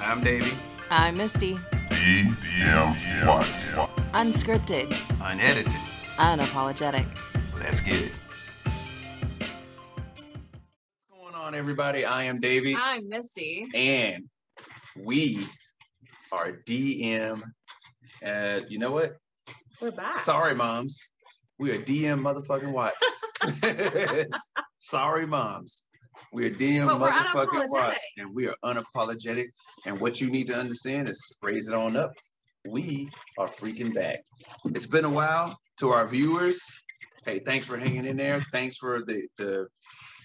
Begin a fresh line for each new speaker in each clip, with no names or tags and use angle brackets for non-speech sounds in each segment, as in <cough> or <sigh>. I'm Davey.
I'm Misty.
DM Watts.
Unscripted,
Unedited.
unapologetic.
Let's get it. What's going on, everybody? I am Davey,
I'm Misty.
and we are DM. Uh, you know what?
We're back.
Sorry, moms. We are DM motherfucking
<laughs>
Watts. <laughs> Sorry, moms. We are DM
But we're
motherfucking
unapologetic.
Watts, and we are unapologetic. And what you need to understand is raise it on up. We are freaking back. It's been a while to our viewers. Hey, thanks for hanging in there. Thanks for the the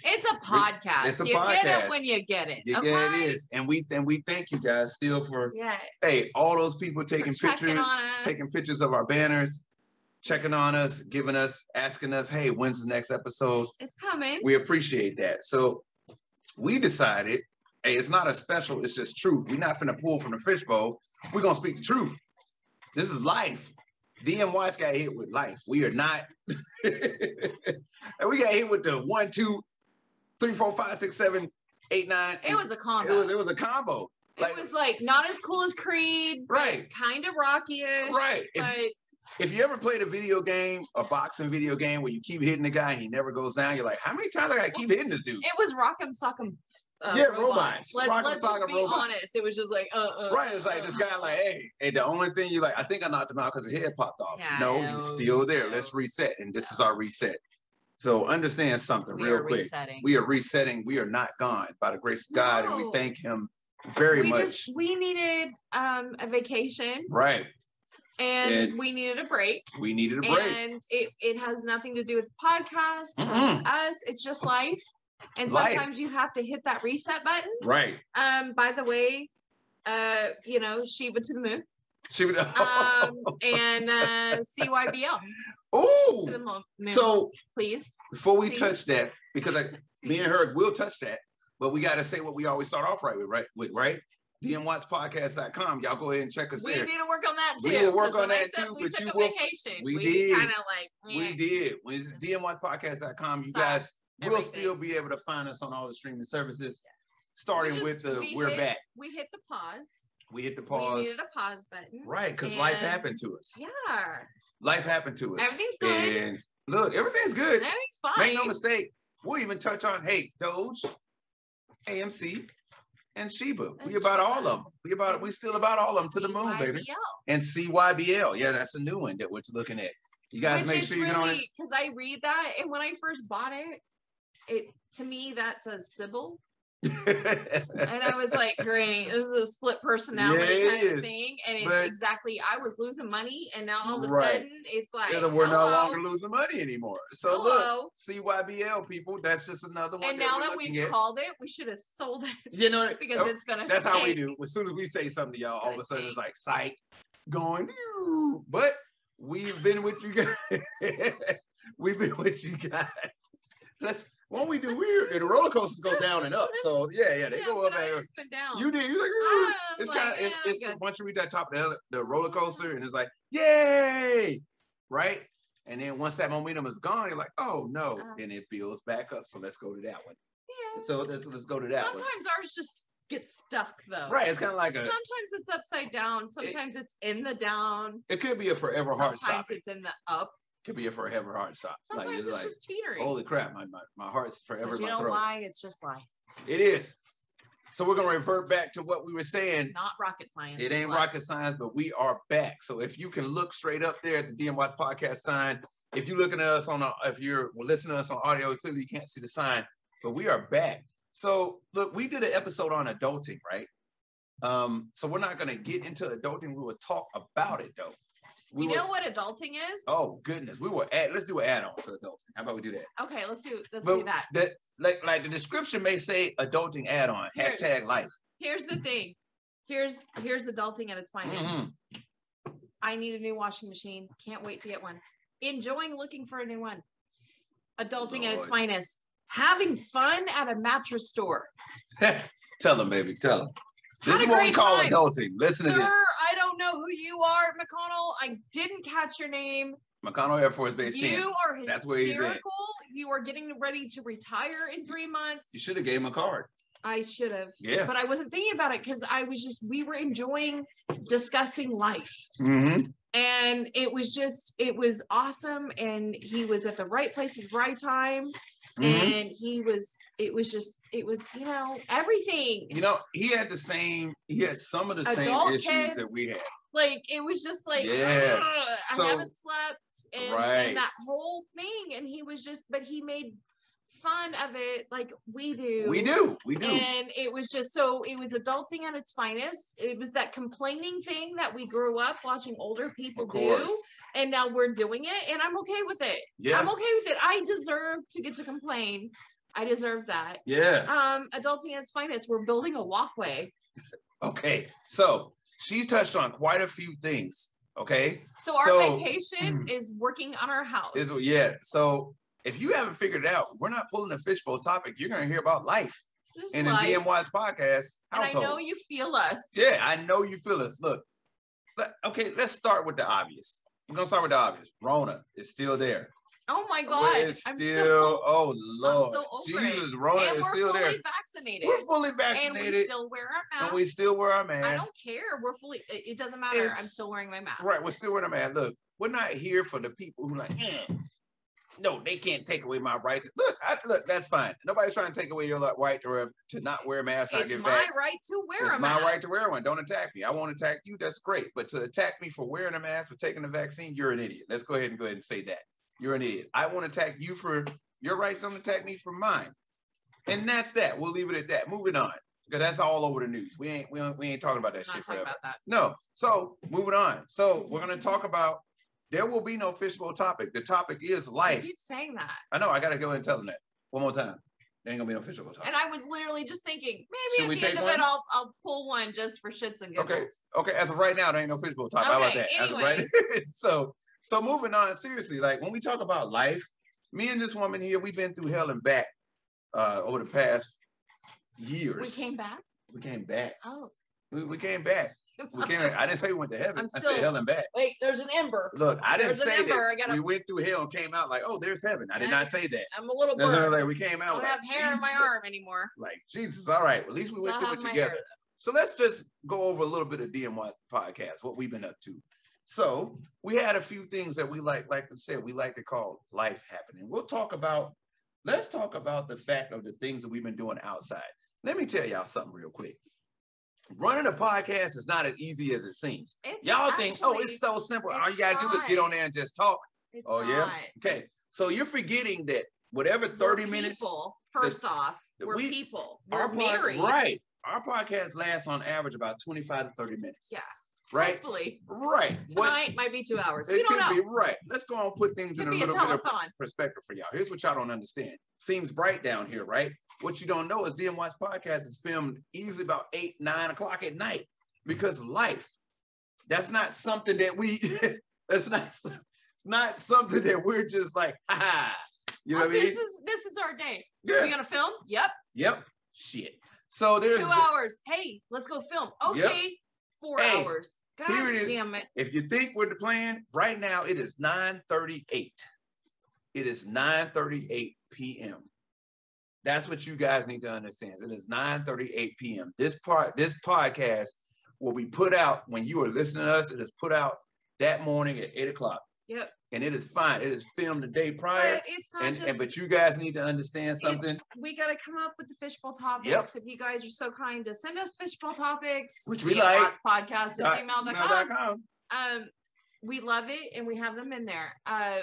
It's a podcast.
It's a
you get it
podcast.
when you get it.
yeah,
okay?
it is. And we and we thank you guys still for
Yeah.
hey, all those people taking
checking
pictures,
on us.
taking pictures of our banners, checking on us, giving us, asking us, hey, when's the next episode?
It's coming.
We appreciate that. So we decided, hey, it's not a special, it's just truth. We're not finna pull from the fishbowl. We're gonna speak the truth. This is life. DM Watts got hit with life. We are not. <laughs> and we got hit with the one, two, three, four, five, six, seven, eight, nine.
it was a
it
combo.
was it was a combo. Like
like not as cool as Creed,
right.
kind of rockyish.
Right. If-
But
if you ever played a video game, a boxing video game where you keep hitting the guy and he never goes down, you're like, how many times I gotta keep hitting this dude?
it was Rock'em Sock'em. Uh,
Yeah, robots.
Let,
Rock'em
us
Sock'em
just be
robots.
honest. It was just like, uh, uh
Right. It's like this guy, like, hey, and the only thing you like, I think I knocked him out because his head popped off.
Yeah,
no,
no,
he's still there.
no.
Let's reset. And this is our reset. So understand something
we
real
are
quick.
resetting.
We are resetting. We are not gone by the grace of God. And we
No.
thank him very
we
much.
just we needed um a vacation
right.
and
And-
we needed a break.
We needed a break.
and it, it has nothing to do with podcasts
Mm-mm.
us it's just life and
Mm. Life.
sometimes you have to hit that reset button
Right.
um by the way uh you know she went to the
<laughs>
moon
She would
um and uh
<laughs>
cybl to the
Ooh.
mo- moon
So
please
before we
Please.
touch that, because I, me and her will touch that, but we got to say what we always start off right with, right? With right, dmwattspodcast.com. Y'all go ahead and check us
we
there.
need to work on that too
We will work
'cause
on
when I
that
said
too,
we
but
took
you
a
will-
vacation
we did.
kind of like
We
meh.
did. When it's dmwattspodcast.com, you
Stop
guys will
everything.
still be able to find us on all the streaming services, starting
We
with
just-
the
we
We're
hit-
Back.
we hit the pause
We hit the
we
pause.
needed a pause button
Right, because life
and-
happened to us.
yeah
Life happened to us.
Everything's good.
And look, everything's good.
everything's fine
Make no mistake, we'll even touch on hey, Doge, AMC, and Sheba. We
And
about all of
Sheba.
them. We about we still about all of them to the moon, baby.
CYBL.
And CYBL. Yeah, that's a new one that we're looking at. You guys
Which
make
is
sure you get on it.
really because I read that, and when I first bought it, it to me that says Sybil,
<laughs>
and I was like, "Great, this is a split personality
Yeah, it
kind of
is.
thing." And it's
But-
exactly I was losing money, and now all of a
Right.
sudden it's like "Oh,
Yeah, that we're no
hello,
longer losing money anymore. So
hello.
look, CYBL people, that's just another one.
And now
we're
that we've
looking at.
called it, we should have sold it <laughs>
you know,
because
oh,
it's gonna.
that's how we
tank.
do. As soon as we say something to y'all, all of a
Gonna
sudden it's
tank.
like psych going. "Ew." But we've been with you guys. <laughs> we've been with you guys. Let's when we do weird, and the roller coasters go down and up. So yeah, yeah, they
Yeah,
go up.
but I
and-
just been down.
You did. You like,
I
"Ew."
was
it's
like,
kind of it's,
"Yeah,
it's
good."
once you reach that top of the, ele- the roller
Mm-hmm.
coaster, and it's like, yay, right? And then once that momentum is gone, you're like, oh no,
Uh,
and it builds back up. So let's go to that one.
Yeah.
So let's let's go to that
Sometimes ours just gets stuck though.
one. Right. It's kind of like a.
Sometimes it's upside down. Sometimes it's in the down.
It could be a forever heart
sometimes
stop. It
it's in the up.
could be a forever heart stop.
Sometimes
like
it's
it's like,
just teetering.
holy crap, my, my, my heart's forever
but
in
you
my
know
throat.
why? It's just life,
It is. So we're gonna revert back to what we were saying.
not rocket science.
It
it's
ain't
life.
rocket science, but we are back. So if you can look straight up there at the DM Watch podcast sign, if you're looking at us on, a, if you're listening to us on audio, clearly you can't see the sign, but we are back. So look, we did an episode on adulting, right? Um, so we're not gonna get into adulting. We will talk about it though. We
you
will-
know what adulting is?
Oh goodness, we will add. Let's do an add-on to adulting. How about we do that?
Okay, let's do let's do
But
that.
that like like the description may say adulting add-on
Yes.
hashtag life.
Here's the thing. Here's here's adulting at its finest.
Mhm.
I need a new washing machine. Can't wait to get one. Enjoying looking for a new one. Adulting at its
Lord.
finest. Having fun at a mattress store.
Mm-hmm. <laughs> tell them, baby, tell them. This
Had
is
a
what we
great
call
time.
adulting. Listen
Sir,
to this.
I don't know who you are, McConnell. I didn't catch your name.
McConnell Air Force Base.
You
Kansas.
are
That's where he's
hysterical.
at.
You are getting ready to retire in three months.
You should have gave him a card.
I should have.
Yeah.
But I wasn't thinking about it because I was just, we were enjoying discussing life.
Mhm.
And it was just, it was awesome. And he was at the right place at the right time.
Mhm.
And he was, it was just, it was, you know, everything.
You know, he had the same. He had some of the
Adult
same issues that
kids.
we had.
like it was just like
Yeah.
"Ugh, I
So-
haven't slept and,
Right.
and that whole thing and he was just but he made fun of it like we do
We do. We do.
and it was just so it was adulting at its finest it was that complaining thing that we grew up watching older people
of
do
course.
and now we're doing it and I'm okay with it
Yeah.
I'm okay with it I deserve to get to complain I deserve that
yeah.
um adulting at its finest we're building a walkway
Okay. So she touched on quite a few things. Okay.
so our
So- mm.
vacation is working on our house
Is yeah. So if you haven't figured it out, we're not pulling a fishbowl topic. You're gonna hear about life
Just
and in
like-
DMY's podcast
and I
household.
know you feel us.
yeah, I know you feel us. Look, let- okay, let's start with the obvious. We're gonna start with the obvious. Rona is still there.
Oh my God.
It's
I'm
still,
so,
oh Lord,
so over
Jesus, Rona
and
is
we're
still
fully
there.
vaccinated.
We're fully
and
vaccinated,
we still wear our masks.
wear our
I
masks.
don't care. We're fully, it, it doesn't matter. I'm
It's-
still wearing my mask.
Right, we're still wearing our mask. Look, we're not here for the people who like, eh, no, they can't take away my right. to-" Look, I, look, that's fine. Nobody's trying to take away your like, right to to not wear a mask, not
It's
get
my
vaccinated.
right to wear
it's
a
my
mask.
right to wear one. Don't attack me. I won't attack you. That's great. But to attack me for wearing a mask for taking the vaccine, you're an idiot. Let's go ahead and go ahead and say that. You're an idiot. I won't attack you for your rights. Don't attack me for mine. And that's that. We'll leave it at that. Moving on. Because that's all over the news. We ain't we ain't, we ain't talking about that
I'm
shit
not talking
forever.
about that.
No. So moving on. So we're gonna talk about there will be no fishbowl topic. The topic is
I
life.
keep saying that.
I know I gotta go ahead and tell them that one more time. There ain't gonna be no fishbowl topic.
And I was literally just thinking,
Oh. Should we
maybe at the
take
end of
one?
it, I'll, I'll pull one just for shits and giggles.
Okay. Okay, as of right now, there ain't no fishbowl topic. How about
Okay,
that? As of right, <laughs> so so moving on. Seriously, like when we talk about life, me and this woman here, we've been through hell and back uh, over the past
We
years.
came back.
We came back.
Oh,
We, we came back. We came back. I didn't say we went to heaven.
I'm
I said
still-
hell and back.
<laughs> wait, there's an ember.
Look, I didn't
There's an
say
ember.
that.
I gotta-
We went through hell and came out like, oh, there's heaven. I did
Yeah.
not say that.
I'm a little
That's not
burnt.
like we came
I
out.
don't
like,
have hair in my
Jesus.
arm anymore.
Like Jesus. All right. At least we
So
went
I
through
have
it
my hair.
together. So let's just go over a little bit of DMY podcast, what we've been up to. So we had a few things that we like, like I said, we like to call life happening. We'll talk about, let's talk about the fact of the things that we've been doing outside. Let me tell y'all something real quick. Running a podcast is not as easy as it seems.
It's
Y'all think, oh,
actually-
it's so simple. All you
it's
gotta do is get
not.
on there and just talk.
It's
oh, yeah?
not.
Okay. So you're forgetting that whatever 30
We're
minutes
People, first off,
that
we're
we-
people. We're
our pod-
married.
right. Our podcast lasts on average about 25 to 30 minutes.
Yeah.
Right.
Hopefully,
Right. What
tonight might be two hours. We
it
don't
could
know.
be right. Let's go on and put things in
could
a
be a
little bit of
telethon.
perspective for y'all. Here's what y'all don't understand. Seems bright down here, right? What you don't know is DM Watch Podcast is filmed easily about eight, nine o'clock at night because life. That's not something that we. <laughs> that's not. It's not something that we're just like. <laughs> Ah, you know
Oh,
what I mean?
this is this is our day.
Yeah.
We gonna film? Yep.
Yep. Shit. So there's.
two
the-
hours. Hey, let's go film. Okay,
Yep.
four
Hey,
hours. God
here it is.
damn it.
If you think we're playing right now, it is 9:38. It is 9:38 p.m. That's what you guys need to understand. It is 9:38 p.m. This part, this podcast will be put out when you are listening to us. It is put out that morning at eight o'clock.
Yep.
And it is fine. It is filmed the day prior.
But it's not
And,
just
and but you guys need to understand something.
it's- We gotta come up with the fishbowl topics. If you guys are so kind to send us fishbowl topics,
Which we like. Uh,
podcast
Dot
at gmail.com.
gmail.com.
um, we love it and we have them in there. Uh,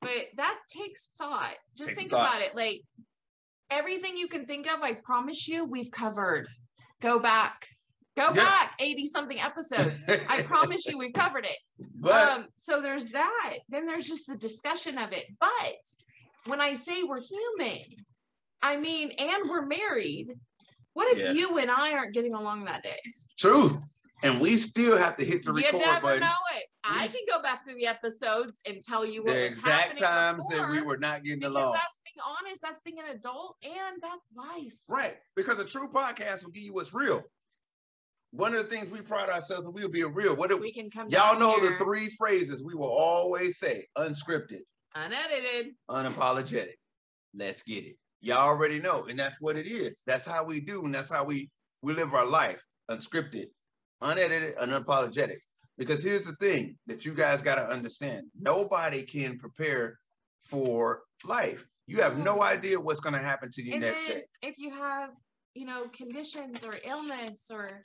but that takes thought. Just
Takes
think
thought.
about it. Like everything you can think of, I promise you, we've covered. Go back, go
Yeah.
back 80 something episodes. I
<laughs>
promise you, we've covered it.
but
um, so there's that. Then there's just the discussion of it. But when I say we're human, I mean, and we're married. What if
Yeah.
you and I aren't getting along that day?
truth. And we still have to hit the
You
record
never
button.
know it. I
Yes.
can go back through the episodes and tell you what
the
was
exact
happening
times that
before,
we were not getting
because
along.
that's being honest. That's being an adult, and that's life.
Right. Because a true podcast will give you what's real. One of the things we pride ourselves on, we'll be real. What do
We can come.
y'all
down
know the
here
three phrases we will always say unscripted,
unedited.
unapologetic. Let's get it. Y'all already know, and that's what it is. That's how we do, and that's how we we live our life, unscripted, unedited, and unapologetic. Because here's the thing that you guys got to understand: nobody can prepare for life. You have no idea what's going to happen to you
and
next
then
day.
if you have you know conditions or illness or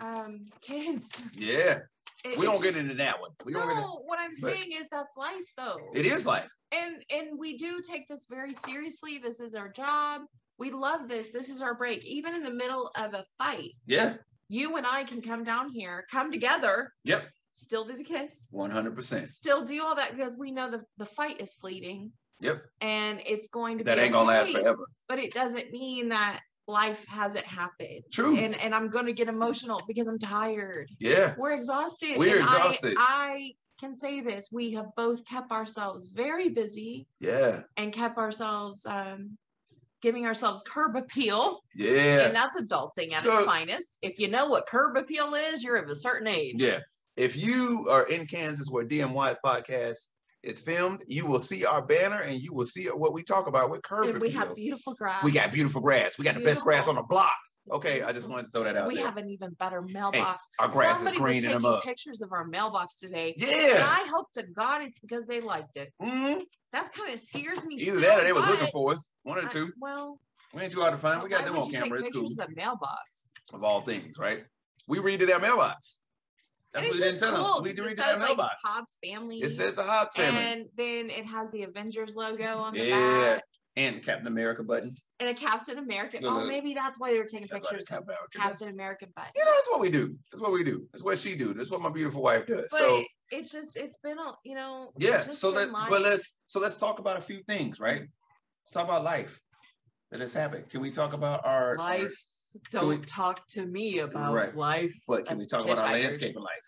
um <laughs> kids
Yeah,
it-
we
it's
don't get
just-
into that one. We don't get into,
no what i'm
but-
saying is that's life though
it is life.
and and we do take this very seriously this is our job we love this this is our break even in the middle of a fight
Yeah,
you and i can come down here come together
Yep.
still do the kiss
one hundred percent.
still do all that because we know the, the fight is fleeting
Yep,
and it's going to
that
be
ain't gonna last
okay,
forever.
but it doesn't mean that life hasn't happened
True.
and and i'm going to get emotional because i'm tired
Yeah,
we're exhausted
We're
and I-
exhausted.
I can say this we have both kept ourselves very busy
yeah,
and kept ourselves um, giving ourselves curb appeal.
yeah.
And that's adulting at
So-
its finest. If you know what curb appeal is, you're of a certain age.
Yeah. If you are in Kansas where DMY podcast is filmed, you will see our banner and you will see what we talk about with curb.
And we
appeal.
have beautiful grass.
we got beautiful grass. We got the best grass on the block. Okay, I
<laughs>
just
want.
wanted to throw that out
We
there.
have an even better mailbox.
our grass
Somebody
is green
was
and I'm
taking
up.
pictures of our mailbox today. And
Yeah.
I hope to God it's because they liked it.
Mhm.
That's kind of scares me.
Either
still,
that or they was
but
looking for us. One or
I-
two.
well,
We ain't too hard to find. We got
why
them
would
on
you take
camera. It's cool.
pictures of The mailbox.
Of all things, right? We read to their mailbox.
And
That's what
it's
we didn't
just
tell
cool
them. We
'cause
read to
it
their
says like
mailbox.
Hobbs family.
It says the Hobbs family
and then it has the Avengers logo on the
Yeah.
back
and Captain America button.
and a Captain America.
No,
oh,
no.
maybe that's why they were taking
That's why
pictures
they
of
Captain America. That's-
Captain America butt.
you know, that's what we do. That's what we do. That's what she do. That's what my beautiful wife does.
But
so
it- it's just it's been a you know it's
yeah.
just
So let
been life.
but let's so let's talk about a few things, right? Let's talk about life that has happened. Can we talk about our our-
life. Don't
we-
talk to me about
Right.
life.
but can we
That's
talk about our
Hitchhikers.
landscape of life?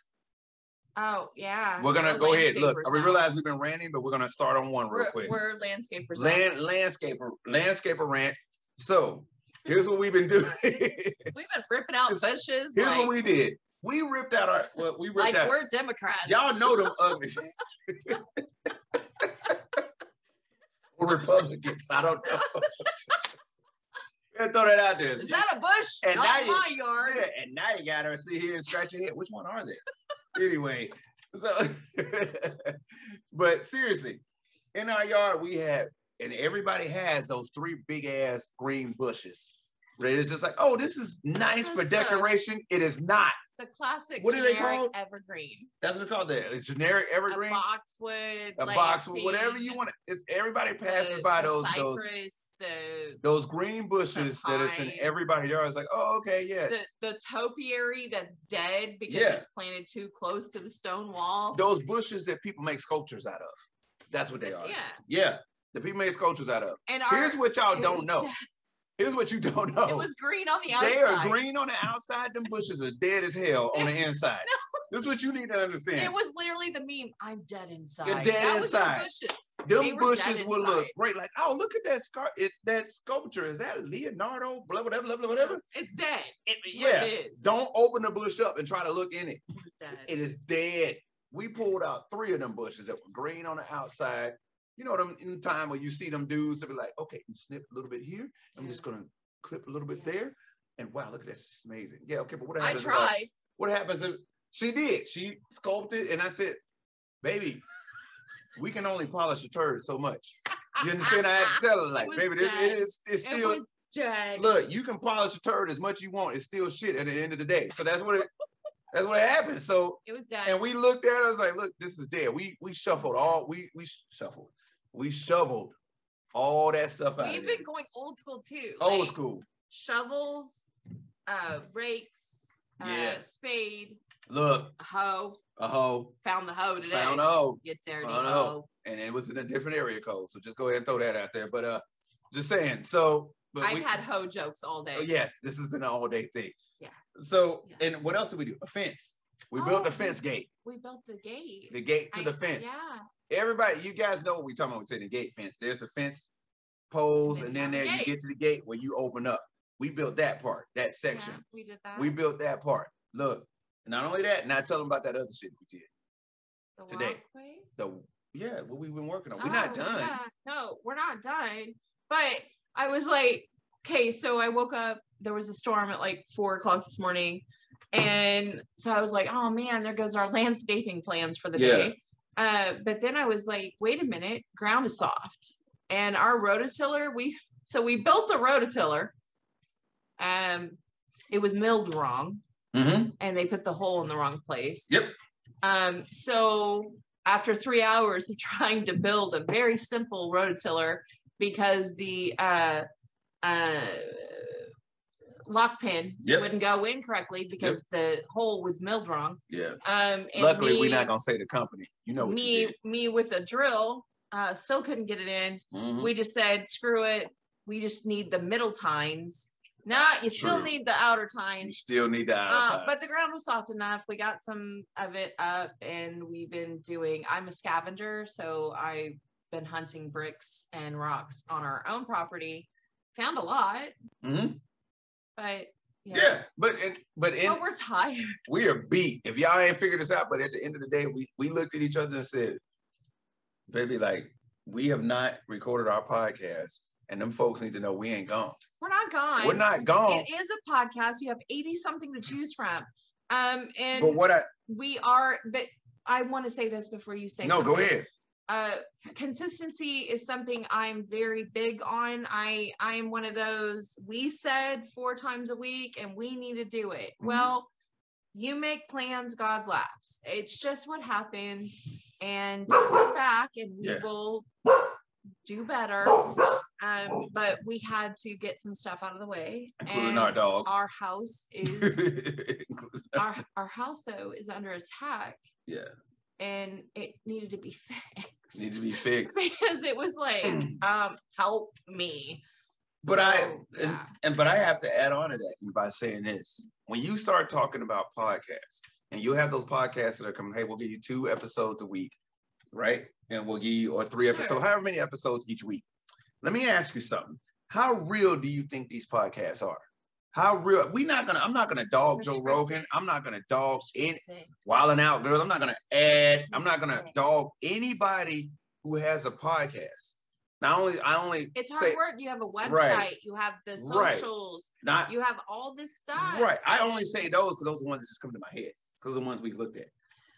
Oh yeah,
We're gonna
we're
go ahead. Look,
landscapers
we
now.
realize we've been ranting, but we're gonna start on one real
We're,
quick.
we're landscapers. now.
Land landscaper landscaper rant. So here's what we've been doing. <laughs> here's
We've been ripping out
Here's-
bushes.
what
like,
we did. We ripped out our well, we ripped
like
out
we're Democrats.
Y'all know them uglies. <laughs> Or Republicans. I don't know. <laughs> Gotta throw that out there.
Is that a bush?
And now
Not
you-
my yard.
Yeah, and now you got her sit here and scratch your head. Which one are there? anyway, so <laughs> but seriously, in our yard we have, and everybody has those three big ass green bushes. Right? It's just like, oh, this is nice for
That's the-
decoration. It is not.
The classic
What are they
generic
called?
evergreen.
That's what they call that. A generic evergreen.
A boxwood.
a box with whatever you want. It's everybody passes by those those
Cypress, the,
those green bushes that is in
pine.
everybody's yard. It's like, oh, okay, yeah.
the the topiary that's dead because
Yeah.
it's planted too close to the stone wall.
Those bushes that people make sculptures out of. That's what they are.
yeah,
Yeah. The people make sculptures out of.
and our,
Here's what y'all
it
don't
was
know.
dead.
Here's what you don't
It
know.
was green on the outside.
They are green on the outside. Them bushes are dead as hell on
<laughs>
the inside. This is what you need to
It
understand.
was literally the meme. I'm dead inside.
dead
that was the
inside.
bushes. They
Them
were dead
bushes would look
inside.
great. Like, oh, look at that scar. It, that sculpture. Is that Leonardo? Blah, whatever, blah, blah, whatever.
It's dead.
It-
It's what
yeah.
It is.
Don't open the bush up and try to look in it.
It was dead.
It is dead. We pulled out three of them bushes that were green on the outside. You know them in time where you see them dudes that be like, okay, snip a little bit here. I'm
Yeah.
just gonna clip a little bit
Yeah.
there. And wow, look at this. It's amazing. Yeah, okay, but what
I
happens? if
tried.
what happens if she did? She sculpted and I said, baby, we can only polish a turd so much. You understand? I
<laughs>
had to tell her, like,
was
baby, this, it
dead.
is it's
It
still
was dead.
look, you can polish a turd as much you want, it's still shit at the end of the day. So that's what it that's what happens. So
It was dead.
and we looked at it. I was like, "Look, this is dead." We we shuffled all we we sh- shuffled, we shoveled all that stuff out. of
We've
there.
been going old school too.
old
like
school.
Shovels, uh, rakes, uh,
Yeah.
spade,
Look,
a hoe.
a hoe
Found the hoe today.
found a hoe,
You dirty
Found a hoe.
hoe.
and it was in a different area code. So just go ahead and throw that out there. But uh, just saying. So, but
I've
we,
had hoe jokes all day.
oh, yes, this has been an all day thing.
Yeah.
So
Yeah.
and what else did we do? A fence. We built the
Oh,
fence
we-
gate,
We built the gate.
the gate to
I-
the fence.
Yeah.
Everybody, you guys know what we talking about. We say the gate fence. There's the fence poles, and
And
then
then
there
down the
you
gate.
get to the gate where you open up. We built that part, that section.
yeah, we did that.
We built that part. Look, not only that, now tell them about that other shit we did.
the
today.
walkway.
The yeah, what we've been working on. We're not
Oh,
done.
yeah. No, we're not done. But I was like, okay, so I woke up, there was a storm at like four o'clock this morning. And so I was like, oh man, there goes our <laughs> landscaping plans for the
Yeah.
day. Uh, but then I was like, wait a minute, ground is soft. And our rototiller, we so we built a rototiller. Um, it was milled wrong
Mhm.
and they put the hole in the wrong place.
Yep.
Um, so after three hours of <laughs> trying to build a very simple rototiller, because the uh, uh, lock pin
Yep.
wouldn't go in correctly because the hole was milled wrong.
Yeah.
Um, and
Luckily,
me,
we're not gonna say the company. You know what you
me,
did.
me with a drill, uh, still couldn't get it in.
Mhm.
We just said, screw it. We just need the middle tines. Nah, you still
True.
need the outer tines.
You still need that.
Uh, but the ground was soft enough. We got some of it up, and we've been doing. I'm a scavenger, so I've been hunting bricks and rocks on our own property. Found a lot, but
Mm-hmm. yeah. but in, but in
but we're tired. <laughs>
we are beat. If y'all ain't figured this out, but at the end of the day, we we looked at each other and said, "Baby, like we have not recorded our podcast, and them folks need to know we ain't gone.
We're not gone.
We're not gone."
It is a podcast. You have eighty something to choose from. Um, and
But what I
we are. But I want to say this before you say
no, go
something.
ahead.
uh consistency is something i'm very big on i i am one of those we said four times a week and we need to do it
Mhm.
well you make plans god laughs it's just what happens and we're
<laughs>
back and we
Yeah.
will do better um but we had to get some stuff out of the way
Including
and
our dog.
our house is
<laughs>
our our house though is under attack
yeah,
and it needed to be <laughs> fixed
needs to be
<laughs>
fixed.
because it was like, um, help me.
Mm. But I and,
So, yeah.
and but I have to add on to that by saying this: when you start talking about podcasts, and you have those podcasts that are coming, hey, we'll give you two episodes a week, right? And we'll give you or three
Sure.
episodes, however many episodes each week. Let me ask you something: How real do you think these podcasts are? How real? We're not gonna. I'm not gonna dog Joe
Prescriptive.
Rogan. I'm not gonna dog in Wilding Out Girls. I'm not gonna add. I'm not gonna dog anybody who has a podcast. Not only I only
It's hard
say
work. You have a website,
Right.
you have the
Right.
socials,
not
you have all this stuff.
Right. I only say those because those are the ones that just come to my head because the ones we've looked at.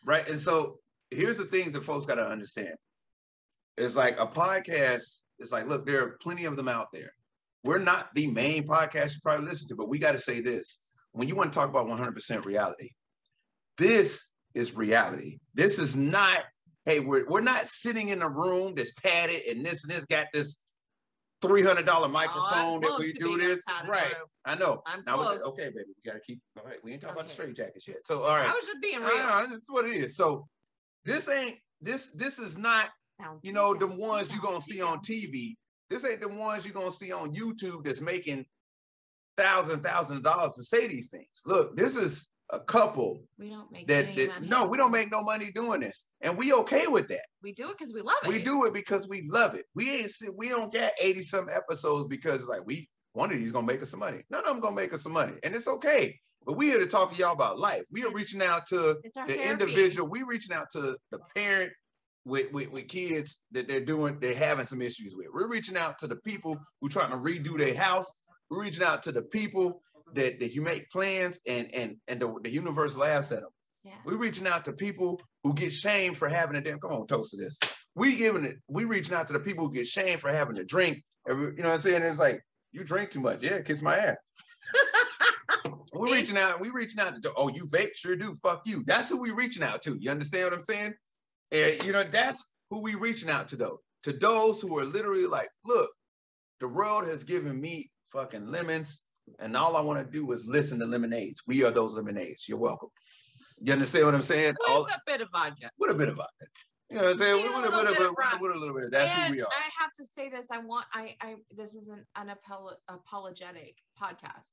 Right. And so here's the things that folks got to understand. It's like a podcast. It's like, look, there are plenty of them out there. We're not the main podcast you probably listen to, but we got to say this. When you want to talk about 100% reality, this is reality. This is not, hey, we're, we're not sitting in a room that's padded and this and this got this $300
Oh, I'm
microphone that
close
we
to
do
being
this.
outside of
Right.
room.
I know.
I'm
Now with the-
close.
okay, baby, we gotta keep. All right, we ain't talking about the
Okay.
straight jackets yet. So all right,
I was just being real.
Ah, that's what it is. So this ain't this. This is not you know the ones you gonna see on TV. This ain't the ones you gonna see on YouTube that's making thousand thousand dollars to say these things. Look, this is a couple
We don't make
that,
any
that
money.
no, we don't make no money doing this, and we okay with that.
We do it because we love it.
We do it because we love it. We ain't sit- we don't get 80 some episodes because like we one of these gonna make us some money. None of them gonna make us some money. And it's okay. But we here to talk to y'all about life. We are reaching out to
It's our
the
therapy.
individual, we reaching out to the parent with, with, with kids that they're doing, they're having some issues with. We're reaching out to the people who trying to redo their house. We're reaching out to the people that, that you make plans and and and the, the universe laughs at them.
Yeah.
We're reaching out to people who get shamed for having a damn. Come on, toast to this. We giving it. We reaching out to the people who get shamed for having a drink. Every- You know what I'm saying? It's like you drink too much. Yeah, kiss my ass. We're
See?
reaching out. We reaching out to. Oh, you vape? Sure do. Fuck you. That's who we reaching out to. You understand what I'm saying? And you know that's who we reaching out to though. To those who are literally like, look, the world has given me fucking lemons, and all I want to do is listen to lemonades. We are those lemonades. You're welcome. You understand what I'm saying?
With
All,
a bit of vodka.
what a bit about that. You know what I'm saying?
Yeah,
What
a
a,
little
what a,
bit of
what a-
rum.
what a little bit. That's who
and
we are.
I have to say this. I want. I. I. This is an unapologetic podcast.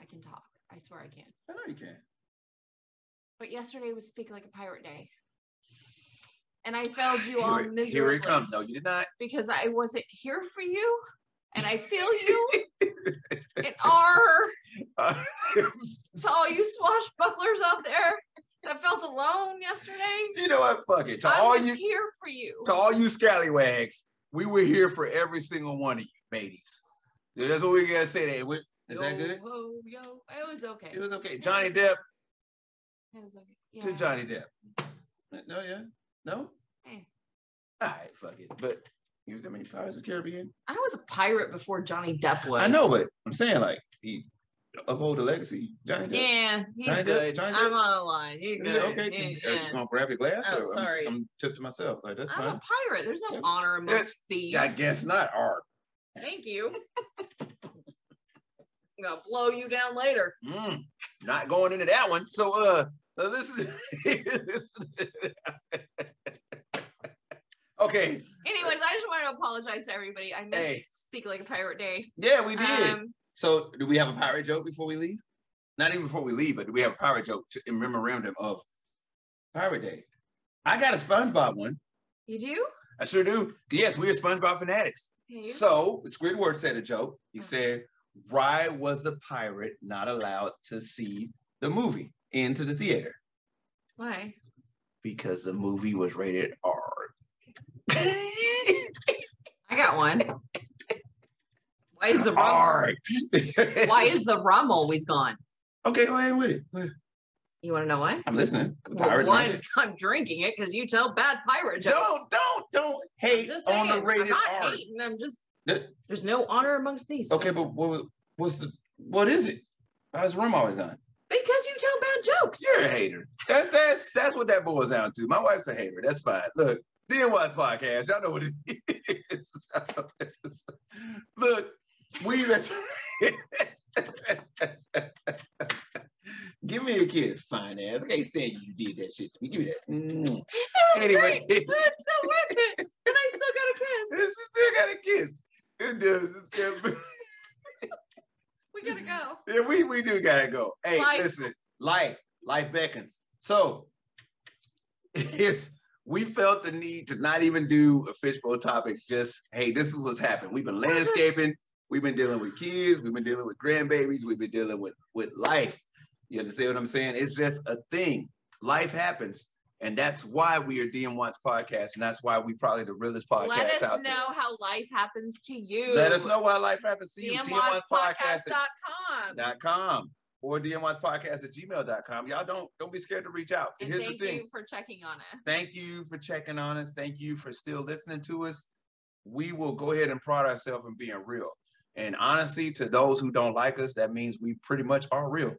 I can talk. I swear I can.
I know you can.
But yesterday was Speak Like a Pirate Day. And I failed you all
Here, it- here
miserably
it comes. No, you did
<laughs>
not.
because I wasn't here for you and
<laughs>
I feel you. and are
<laughs> Uh,
to all you swashbucklers out there that felt alone yesterday.
you know what? Fuck it. To
I
all
was
you,
here for you.
to all you scallywags, we were here for every single one of you, mateys. Yeah, That's what we gotta say. That we- is that
Yo,
good?
Ho, yo, it was okay.
It was okay. Johnny Depp
It was okay.
to
Yeah.
Johnny Depp. No, yeah, no.
Hey.
All right, fuck it. But he was in many Pirates of the Caribbean.
I was a pirate before Johnny Depp was.
I know, but I'm saying like he uphold the legacy. Johnny Depp.
Yeah, he's
Johnny Depp-
good.
Johnny
I'm
Depp.
not lying. He's
Yeah,
good.
okay, can- uh,
Yeah,
are
yeah.
you gonna grab your glass?
Oh,
or I'm-
sorry.
I'm, tipped to myself. Like that's
I'm a
fine.
pirate. There's no
Yeah.
honor amongst thieves.
I guess not. Art.
Thank you. I'm gonna blow you down later.
Mm, not going into that one. So uh uh, this is <laughs> this- <laughs> okay.
Anyways, I just wanted to apologize to everybody. I missed
Hey.
Speak Like a Pirate Day.
Yeah, we did.
Um,
so do we have a pirate joke before we leave? Not even before we leave, but do we have a pirate joke to, in memorandum of Pirate Day? I got a SpongeBob one.
you do?
I sure do. Yes, we are SpongeBob fanatics.
Okay.
So Squidward said a joke. He
Mhm.
said, "Why was the pirate not allowed to see the movie into the theater?"
Why?
because the movie was rated R.
I got one. Why is
<laughs>
the rum?
R.
Why is the rum always gone?
<laughs> okay? Go ahead with it. Go ahead.
You want to know why?
I'm listening. It's a
Well,
pirate
one,
movie.
I'm drinking it because you tell bad pirate jokes.
Don't don't don't hate
just
on the
saying, I'm
rated
not
R.
hating. I'm just
The-
there's no honor amongst thieves.
Okay, but what was- what's the what is it? How's rum always done?
Because you tell bad jokes.
You're a hater. That's that's that's what that boils down to. My wife's a hater. That's fine. Look, DNY's podcast. Y'all know what it is. <laughs> Look, we <laughs> give me a kiss, fine ass. I can't stand you. You did that shit to me. Give me that. Mm.
It was
Anyway,
great. It was so worth it. And I still got a
<laughs> she
kiss.
still got a kiss. It does. It's good.
We gotta go.
Yeah, we we do gotta go. Hey,
Life.
listen, life, life beckons. So here's we felt the need to not even do a fishbowl topic. Just hey, this is what's happened. We've been landscaping. We've been dealing with kids. We've been dealing with grandbabies. We've been dealing with with life. You understand what I'm saying? It's just a thing. Life happens, and that's why we are DM Watch podcast, and that's why we probably the realest podcast
Let us
out
know how life happens to you.
there. Let us know why life happens to you. DM Watch podcast at
DMWatchPodcast.com.
dot com or dmwatchpodcast at gmail.com. Y'all don't don't be scared to reach out.
And
Here's
thank
the thing.
you for checking on us.
Thank you for checking on us. Thank you for still listening to us. We will go ahead and prod ourselves in being real. And honestly, to those who don't like us, that means we pretty much are
<laughs>
real.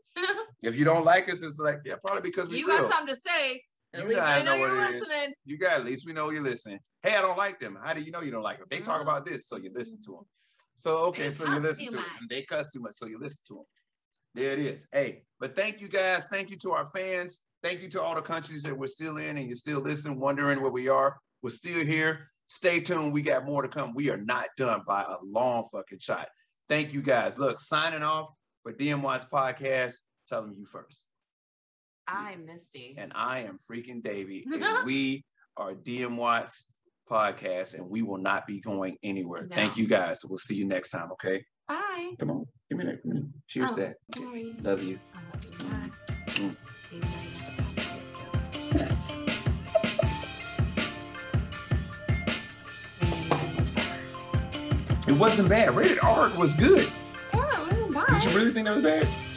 If you don't like us, it's like, yeah, probably because we
you
real.
got something to say. At
You
least I
guys
know,
know
you're
what it is.
listening.
you got at least we know you're listening. Hey, I don't like them. How do you know you don't like them? They talk about this, so you listen to them. So okay,
Mm-hmm. They
so you listen
cuss too
to them.
much.
They cuss too much, so you listen to them. There it is. Hey, but thank you guys. Thank you to our fans. Thank you to all the countries that we're still in and you're still listening, wondering where we are. We're still here. Stay tuned. We got more to come. We are not done by a long fucking shot. Thank you guys. Look, signing off for DM Watch Podcast. Tell them you first
I'm Misty.
and I am freaking
<laughs>
Davey, and we are DM Watts podcast, and we will not be going anywhere.
No.
Thank you guys. We'll see you next time. Okay,
Bye.
come on, give me that. Give me that. Cheers,
Oh, Mm.
to that.
Sorry.
Love you.
I love you. Bye. Even though you're not bad. It's better.
It wasn't bad. Rated R was good.
Yeah, it wasn't bad.
Did you really think that was bad?